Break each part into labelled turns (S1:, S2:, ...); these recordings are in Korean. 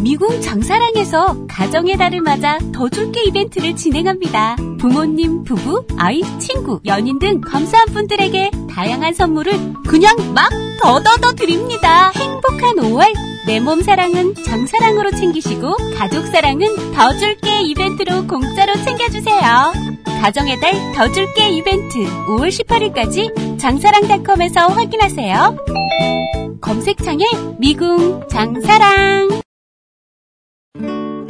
S1: 미궁 장사랑에서 가정의 달을 맞아 더 줄게 이벤트를 진행합니다. 부모님, 부부, 아이, 친구, 연인 등 감사한 분들에게 다양한 선물을 그냥 막 더더더 드립니다. 행복한 5월 내 몸 사랑은 장사랑으로 챙기시고 가족 사랑은 더 줄게 이벤트로 공짜로 챙겨주세요. 가정의 달 더 줄게 이벤트 5월 18일까지 장사랑닷컴에서 확인하세요. 검색창에 미궁 장사랑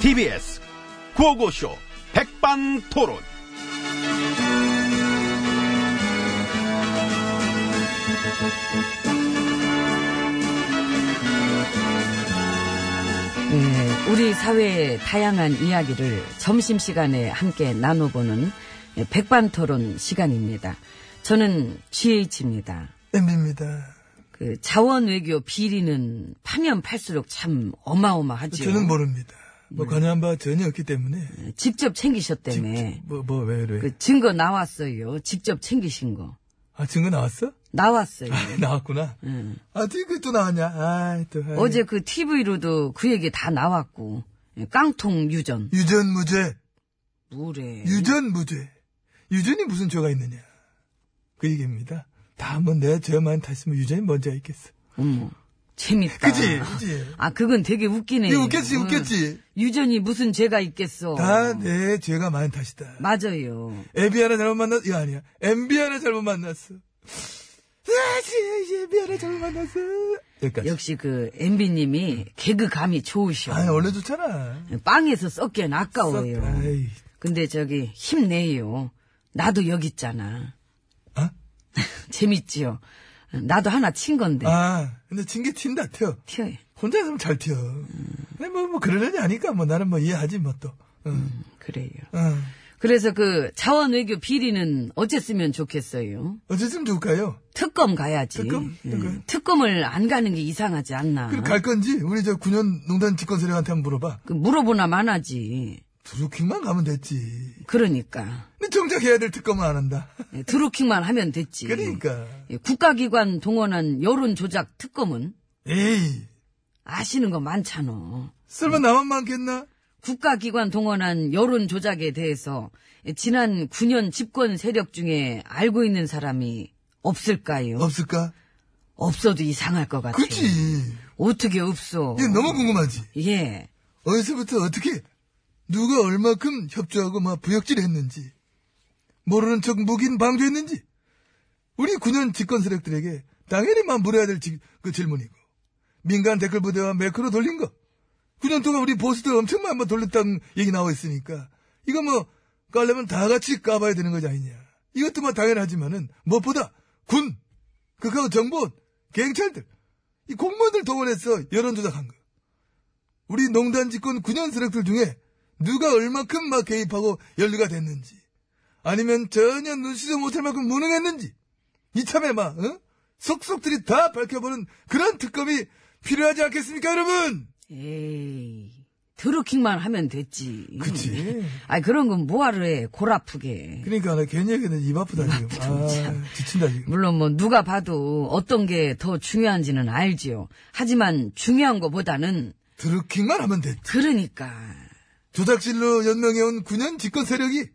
S2: TBS 구호고쇼 백반토론.
S3: 네, 우리 사회의 다양한 이야기를 점심시간에 함께 나눠보는 백반토론 시간입니다. 저는 GH입니다.
S4: 엠비입니다.
S3: 그 자원 외교 비리는 파면 팔수록 참 어마어마하죠. 네.
S4: 저는 모릅니다. 뭐 관여한 바 전혀 없기 때문에
S3: 직접 챙기셨다며.
S4: 뭐뭐왜 이래?
S3: 네. 그 증거 나왔어요. 직접 챙기신 거.
S4: 아 증거 나왔어?
S3: 나왔어요.
S4: 아, 나왔구나.
S3: 응.
S4: 아 지금 또 나왔냐? 아또
S3: 네. 어제 그 TV로도 그 얘기 다 나왔고. 예, 깡통 유전.
S4: 유전 무죄,
S3: 뭐래.
S4: 유전 무죄. 유전이 무슨 죄가 있느냐? 그 얘기입니다. 다 한번 내 죄만 탔으면 유전이 뭔지 알겠어.
S3: 어머. 재밌다.
S4: 그지, 그지.
S3: 아, 그건 되게 웃기네.
S4: 이거 웃겼지,
S3: 어.
S4: 웃겼지.
S3: 유전이 무슨 죄가 있겠어.
S4: 다 네. 내 죄가 많은 탓이다.
S3: 맞아요.
S4: 애비 하나 잘못 만났, 이거 아니야. MB 하나 잘못 만났어. 아, 씨, 애비 하나 잘못 만났어. 여기까지.
S3: 역시 그 MB님이 개그 감이 좋으셔.
S4: 그러니까 아니, 원래 좋잖아.
S3: 빵에서 썩기엔 아까워요.
S4: 썩- 아이,
S3: 근데 저기 힘내요. 나도 여기 있잖아.
S4: 어?
S3: 네. 재밌지요. 나도 하나 친 건데.
S4: 아, 근데 징계 튄다, 튀어.
S3: 튀어.
S4: 혼자 있으면 잘 튀어.
S3: 음.
S4: 근데 뭐, 뭐, 그러려니 하니까, 뭐, 나는 뭐, 이해하지, 뭐, 또.
S3: 음.
S4: 어. 응,
S3: 그래요.
S4: 응.
S3: 그래서 그 자원 외교 비리는 어쨌으면 좋겠어요.
S4: 어쨌으면 좋을까요?
S3: 특검 가야지.
S4: 특검? 특검?
S3: 을안 가는 게 이상하지 않나.
S4: 그럼 갈 건지, 우리 저 9년 농단 집권 세력한테 한번 물어봐.
S3: 그 물어보나 마나지.
S4: 드루킹만 가면 됐지.
S3: 그러니까. 예,
S4: 근데 정작 해야 될 특검은 안 한다.
S3: 드루킹만 하면 됐지.
S4: 그러니까.
S3: 예, 국가기관 동원한 여론조작 특검은
S4: 에이,
S3: 아시는 거 많잖아.
S4: 설마 나만 많겠나?
S3: 국가기관 동원한 여론조작에 대해서 지난 9년 집권 세력 중에 알고 있는 사람이 없을까요?
S4: 없을까?
S3: 없어도 이상할 것 같아.
S4: 그렇지.
S3: 어떻게 없어?
S4: 이게 너무 궁금하지.
S3: 예.
S4: 어디서부터 어떻게 누가 얼마큼 협조하고 막 부역질했는지 모르는 척 묵인 방조했는지 우리 9년 집권 세력들에게 당연히 막 물어야 될 그 질문이고 민간 댓글 부대와 매크로 돌린 거 9년 동안 우리 보수들 엄청 많이 뭐 돌렸다는 얘기 나와 있으니까 이거 뭐 깔려면 다 같이 까봐야 되는 거지 아니냐 이것도 뭐 당연하지만은 무엇보다 군 그거 정보원 경찰들 이 공무원들 동원해서 여론조작한 거 우리 농단 집권 9년 세력들 중에 누가 얼마큼 막 개입하고 연루가 됐는지, 아니면 전혀 눈치도 못할 만큼 무능했는지, 이참에 막, 어? 속속들이 다 밝혀보는 그런 특검이 필요하지 않겠습니까, 여러분?
S3: 에이. 드루킹만 하면 됐지.
S4: 그치.
S3: 아니, 그런 건 뭐하러 해. 골 아프게.
S4: 예. 그러니까, 나 괜히 얘기했는데 입 아프다, 지금. 아, 지친다, 지금.
S3: 물론 뭐 누가 봐도 어떤 게 더 중요한지는 알지요. 하지만 중요한 거보다는
S4: 드루킹만 하면 됐지.
S3: 그러니까
S4: 조작질로 연명해온 9년 집권 세력이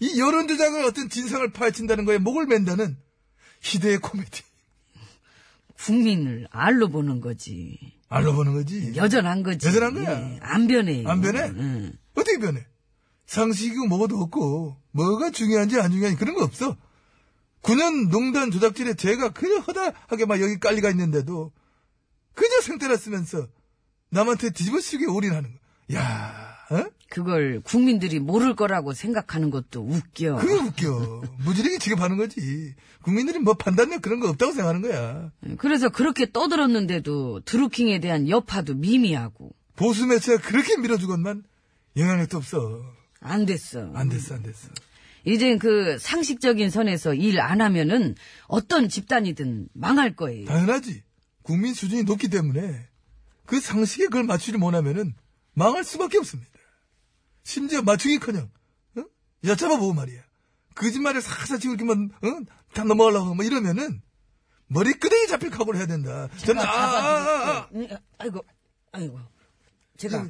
S4: 이 여론조작을 어떤 진상을 파헤친다는 거에 목을 맨다는 희대의 코미디.
S3: 국민을 알로 보는 거지.
S4: 알로 보는 거지.
S3: 여전한 거지.
S4: 여전한 거야.
S3: 예, 안 변해요. 예.
S4: 안 변해?
S3: 응.
S4: 어떻게 변해? 상식이고 뭐가도 없고 뭐가 중요한지 안 중요한지 그런 거 없어. 9년 농단 조작질에 제가 그냥 허다하게 막 여기 깔리가 있는데도 그저 생태라 쓰면서 남한테 뒤집어쓰기 올인하는 거. 야, 어?
S3: 그걸 국민들이 모를 거라고 생각하는 것도 웃겨.
S4: 그게 웃겨. 무지르게 지급하는 거지. 국민들이 뭐 판단력 그런 거 없다고 생각하는 거야.
S3: 예, 그래서 그렇게 떠들었는데도 드루킹에 대한 여파도 미미하고
S4: 보수 매체가 그렇게 밀어주건만 영향력도 없어.
S3: 안 됐어.
S4: 안 됐어, 안 됐어.
S3: 이젠 그 상식적인 선에서 일 안 하면은 어떤 집단이든 망할 거예요.
S4: 당연하지. 국민 수준이 높기 때문에 그 상식에 그걸 맞추지 못하면은 망할 수밖에 없습니다. 심지어 맞추기커녕 어? 여쭤봐보고 말이야. 거짓말을 사사치고 이렇게만 어? 다 넘어가려고 하고 막 이러면은 머리끄댕이 잡힐 각오를 해야 된다. 저는 아, 아, 아, 아.
S3: 음, 아이고, 아이고. 제가,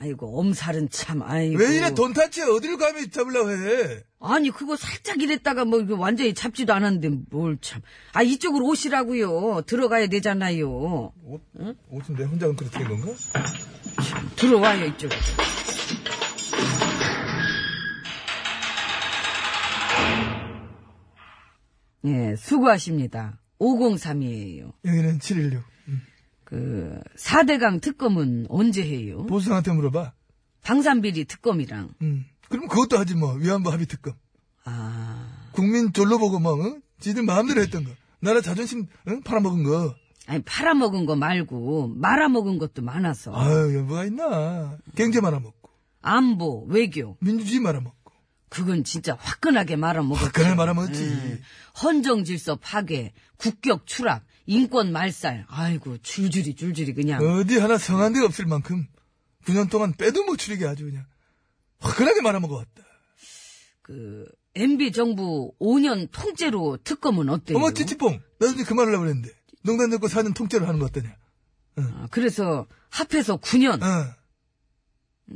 S3: 아이고, 엄살은 참, 아이고.
S4: 왜 이래 돈 타치야 어딜 감히 잡으려고 해.
S3: 아니, 그거 살짝 이랬다가 뭐, 이거 완전히 잡지도 않았는데, 뭘 참. 아, 이쪽으로 오시라고요. 들어가야 되잖아요.
S4: 옷, 옷은 내 혼자 그렇게 된 건가?
S3: 들어와요, 이쪽. 예, 수고하십니다. 503이에요.
S4: 여기는 716.
S3: 그, 4대강 특검은 언제 해요?
S4: 보수상한테 물어봐.
S3: 방산비리 특검이랑.
S4: 음. 그럼 그것도 하지 뭐. 위안부 합의 특검.
S3: 아,
S4: 국민 졸로 보고 막, 어? 지들 마음대로 했던 거. 나라 자존심, 어? 팔아먹은 거.
S3: 아니, 팔아먹은 거 말고, 말아먹은 것도 많아서.
S4: 아유, 여부가 있나. 경제 말아먹고,
S3: 안보, 외교.
S4: 민주주의 말아먹고.
S3: 그건 진짜 화끈하게 말아먹었지.
S4: 화끈하게 말아먹었지.
S3: 헌정 질서 파괴, 국격 추락, 인권 말살. 아이고, 줄줄이, 줄줄이 그냥.
S4: 어디 하나 성한 데가 없을 만큼, 9년 동안 빼도 못 추리게 아주 그냥, 화끈하게 말아먹어왔다.
S3: 그, MB 정부 5년 통째로 특검은 어때요?
S4: 어머, 찌찌뽕! 나도 이제 그만 하려고 그랬는데. 농단 잡고 4년 통째로 하는 거 어떠냐.
S3: 아, 그래서 합해서 9년.
S4: 어.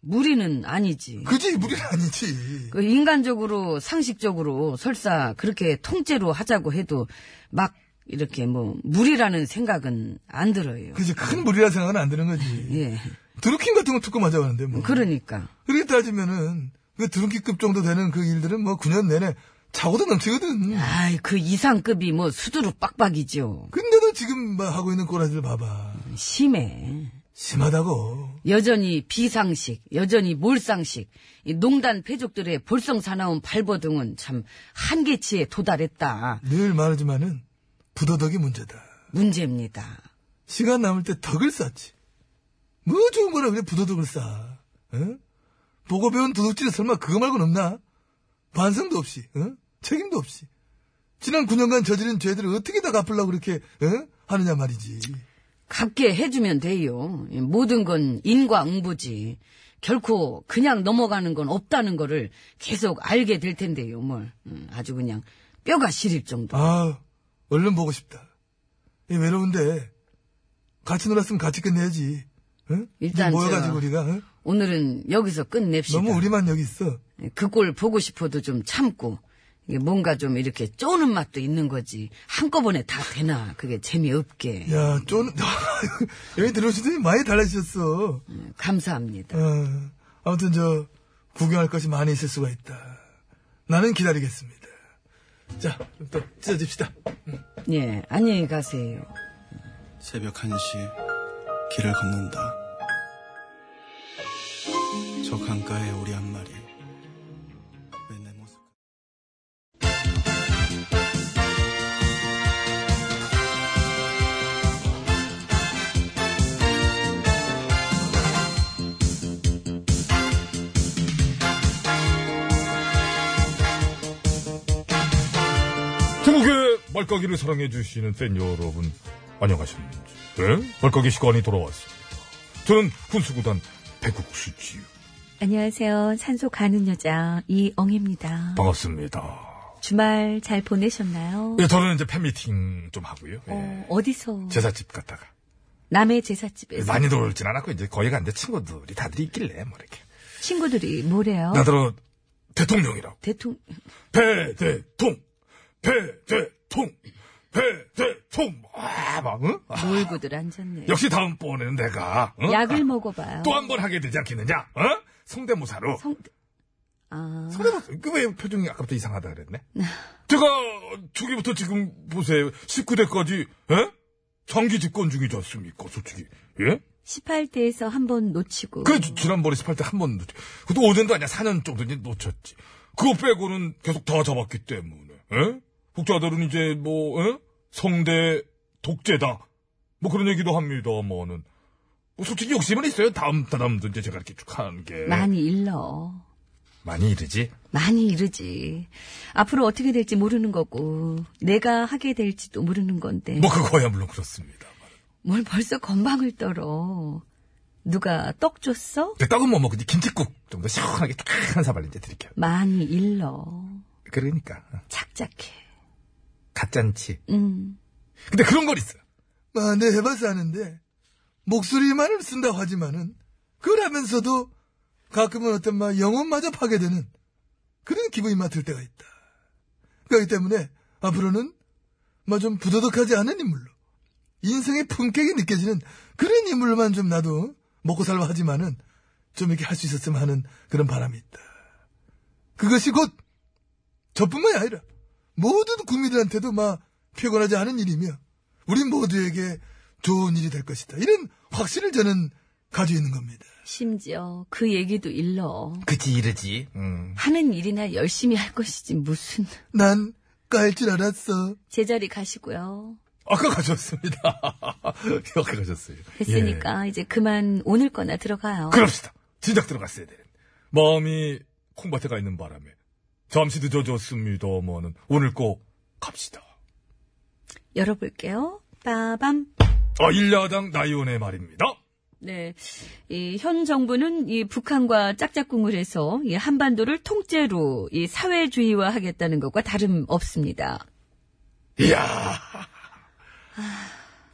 S3: 무리는 아니지.
S4: 그지, 무리는 아니지.
S3: 그 인간적으로 상식적으로 설사 그렇게 통째로 하자고 해도 막 이렇게 뭐 무리라는 생각은 안 들어요.
S4: 그지, 큰 무리라 생각은 안 드는 거지.
S3: 예.
S4: 드루킹 같은 거 특검 하자고 하는데, 뭐.
S3: 그러니까
S4: 그렇게 따지면은 그 드럼기급 정도 되는 그 일들은 뭐 9년 내내 자고도 넘치거든.
S3: 아이 그 이상급이 뭐 수두룩 빡빡이죠.
S4: 근데도 지금 막 하고 있는 꼬라지를 봐봐.
S3: 심해.
S4: 심하다고.
S3: 여전히 비상식, 여전히 몰상식, 이 농단 패족들의 볼성 사나운 발버둥은 참 한계치에 도달했다.
S4: 늘 말하지만은 부도덕이 문제다.
S3: 문제입니다.
S4: 시간 남을 때 덕을 쌓지. 뭐 좋은 거라 그래 부도덕을 쌓아. 어? 보고 배운 도둑질이 설마 그거 말고는 없나? 반성도 없이, 어? 책임도 없이. 지난 9년간 저지른 죄들을 어떻게 다 갚으려고 그렇게, 어? 하느냐 말이지.
S3: 갖게 해주면 돼요. 이 모든 건 인과응보지. 결코 그냥 넘어가는 건 없다는 거를 계속 알게 될 텐데요, 뭘. 음, 아주 그냥 뼈가 시릴 정도.
S4: 아, 얼른 보고 싶다. 이 외로운데 같이 놀았으면 같이 끝내야지. 응?
S3: 일단
S4: 이제 모여가지고
S3: 저-
S4: 우리가 응?
S3: 오늘은 여기서 끝냅시다.
S4: 너무 우리만 여기 있어.
S3: 그 꼴 보고 싶어도 좀 참고. 이게 뭔가 좀 이렇게 쪼는 맛도 있는 거지. 한꺼번에 다 되나. 그게 재미없게. 예,
S4: 야, 쫀 여기 들어오시더니 많이 달라지셨어.
S3: 음, 감사합니다.
S4: 어, 아무튼 저 구경할 것이 많이 있을 수가 있다. 나는 기다리겠습니다. 자, 그럼 또 찢어집시다.
S3: 예, 안녕히 가세요.
S5: 새벽 1시 길을 걷는다. 저 강가에 오리 한 마리. 왜 내 모습?
S6: 중국의 말까기를 사랑해주시는 팬 여러분, 안녕하셨는지. 네? 말까기 시간이 돌아왔습니다. 저는 군수구단 백국수지요.
S7: 안녕하세요. 산소 가는 여자 이엉입니다.
S6: 반갑습니다.
S7: 주말 잘 보내셨나요?
S6: 예, 저는 이제 팬미팅 좀 하고요. 예.
S7: 어, 어디서?
S6: 제사집 갔다가.
S7: 남의 제사집에서
S6: 많이 놀진 않았고, 이제 거기 간데 친구들이 다들 있길래, 뭐 이렇게.
S7: 친구들이
S3: 아.
S7: 뭐래요?
S6: 나더러 대통령이라고.
S7: 대통령
S6: 배, 대, 통! 배, 대, 통!
S4: 대대총 아막 응? 아,
S3: 놀고들 앉았네.
S4: 역시 다음번에는 내가 응? 아,
S3: 약을 먹어봐요.
S4: 또 한 번 하게 되지 않겠느냐? 어? 성대모사로.
S3: 성, 아,
S4: 성대모사. 그왜 표정이 아까부터 이상하다 그랬네? 제가 초기부터 지금 보세요. 19대까지 예? 장기 집권 중이지 않습니까? 솔직히. 예?
S3: 18대에서 한 번 놓치고.
S4: 그 지- 지난번에 18대 한 번 놓쳤 그것도 5년도 아니야. 4년 정도 이제 놓쳤지. 그거 빼고는 계속 다 잡았기 때문에. 예? 국자들은 이제 뭐 예? 성대 독재다. 뭐 그런 얘기도 합니다. 뭐는. 솔직히 욕심은 있어요. 다음 다음도 이제 제가 이렇게 쭉 하는 게
S3: 많이 일러.
S4: 많이 이르지.
S3: 많이 이르지. 앞으로 어떻게 될지 모르는 거고, 내가 하게 될지도 모르는 건데.
S4: 뭐 그거야 물론 그렇습니다.
S3: 뭘 벌써 건방을 떨어. 누가 떡 줬어?
S4: 뭐, 근데 떡은 못 먹는데 김치국 좀 더 시원하게 딱 한 사발 이제 드릴게요.
S3: 많이 일러.
S4: 그러니까
S3: 착착해.
S4: 가짠치.
S3: 음.
S4: 근데 그런 건 있어.
S8: 아, 내 해봐서 아는데, 목소리만을 쓴다 고 하지만은, 그러면서도 가끔은 어떤 막 영혼마저 파괴되는 그런 기분이 맡을 때가 있다. 그렇기 때문에 앞으로는 막 좀 부도덕하지 않은 인물로, 인생의 품격이 느껴지는 그런 인물로만 좀 나도 먹고 살라 하지만은 좀 이렇게 할 수 있었으면 하는 그런 바람이 있다. 그것이 곧 저뿐만이 아니라 모든 국민들한테도 막 피곤하지 않은 일이며 우리 모두에게 좋은 일이 될 것이다. 이런 확신을 저는 가지고 있는 겁니다.
S3: 심지어 그 얘기도 일러.
S4: 그지 이르지. 음.
S3: 하는 일이나 열심히 할 것이지, 무슨.
S8: 난 까일 줄 알았어.
S3: 제자리 가시고요.
S4: 아까 가셨습니다. 아까 가셨어요.
S3: 네, 됐으니까 이제 그만 오늘 거나 들어가요.
S4: 예. 그럽시다. 진작 들어갔어야 되는. 마음이 콩밭에 가 있는 바람에 잠시 늦어졌습니다만은 오늘 꼭 갑시다.
S3: 열어볼게요. 빠밤.
S4: 아 일야당 나이원의 말입니다.
S3: 네. 이 현 정부는 이 북한과 짝짝꿍을 해서 이 한반도를 통째로 이 사회주의화 하겠다는 것과 다름 없습니다.
S4: 이야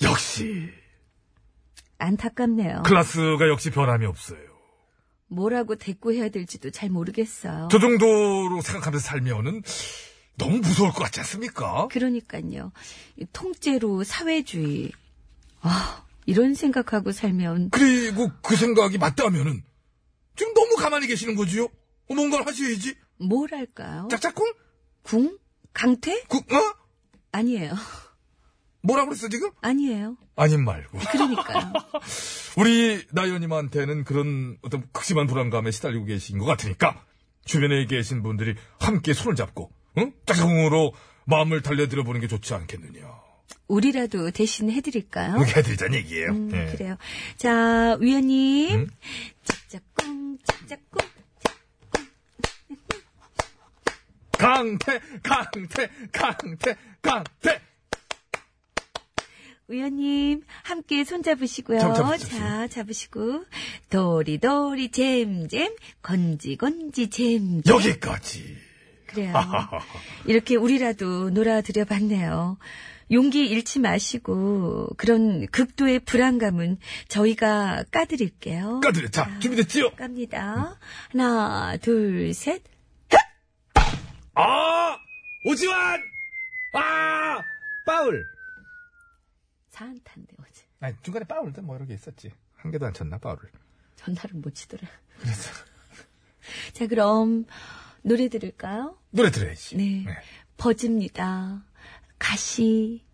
S4: 역시 그-
S3: 안타깝네요.
S4: 클라스가 역시 변함이 없어요.
S3: 뭐라고 대꾸해야 될지도 잘 모르겠어요.
S4: 저 정도로 생각하면서 살면은 너무 무서울 것 같지 않습니까?
S3: 그러니까요. 이 통째로 사회주의. 아, 이런 생각하고 살면
S4: 그리고 그 생각이 맞다면은 지금 너무 가만히 계시는 거지요? 어, 뭔가를 하셔야지.
S3: 뭘 할까요?
S4: 짝짝꿍?
S3: 궁? 강퇴?
S4: 국, 어?
S3: 아니에요.
S4: 뭐라 그랬어 지금?
S3: 아니에요.
S4: 아님 말고.
S3: 그러니까요.
S4: 우리 나연님한테는 그런 어떤 극심한 불안감에 시달리고 계신 것 같으니까 주변에 계신 분들이 함께 손을 잡고 응? 짝짝꿍으로 마음을 달래드려 보는 게 좋지 않겠느냐.
S3: 우리라도 대신 해드릴까요?
S4: 그렇게 해드리자는 얘기예요.
S3: 음,
S4: 예. 음?
S3: 그래요. 자, 위원님. 짝짝꿍, 짝짝꿍.
S4: 강태, 강태, 강태, 강태.
S3: 위원님, 함께 손잡으시고요.
S4: 잡- 잡으십시오.
S3: 자, 잡으시고. 도리도리 잼잼, 건지건지 잼잼.
S4: 여기까지.
S3: 그래요. 이렇게 우리라도 놀아드려봤네요. 용기 잃지 마시고, 그런 극도의 불안감은 저희가 까드릴게요.
S4: 까드려. 자, 준비됐지요?
S3: 깝니다. 하나, 둘, 셋.
S4: 아! 오지환! 아! 파울!
S3: 사안탄데, 어제.
S4: 아니, 중간에 파울도 뭐 여러 개 있었지. 한 개도 안 쳤나, 파울을.
S3: 전날은 못 치더라. 그래서. 자, 그럼 노래 들을까요?
S4: 네. 노래 들어야지.
S3: 네. 버즈입니다. 가시.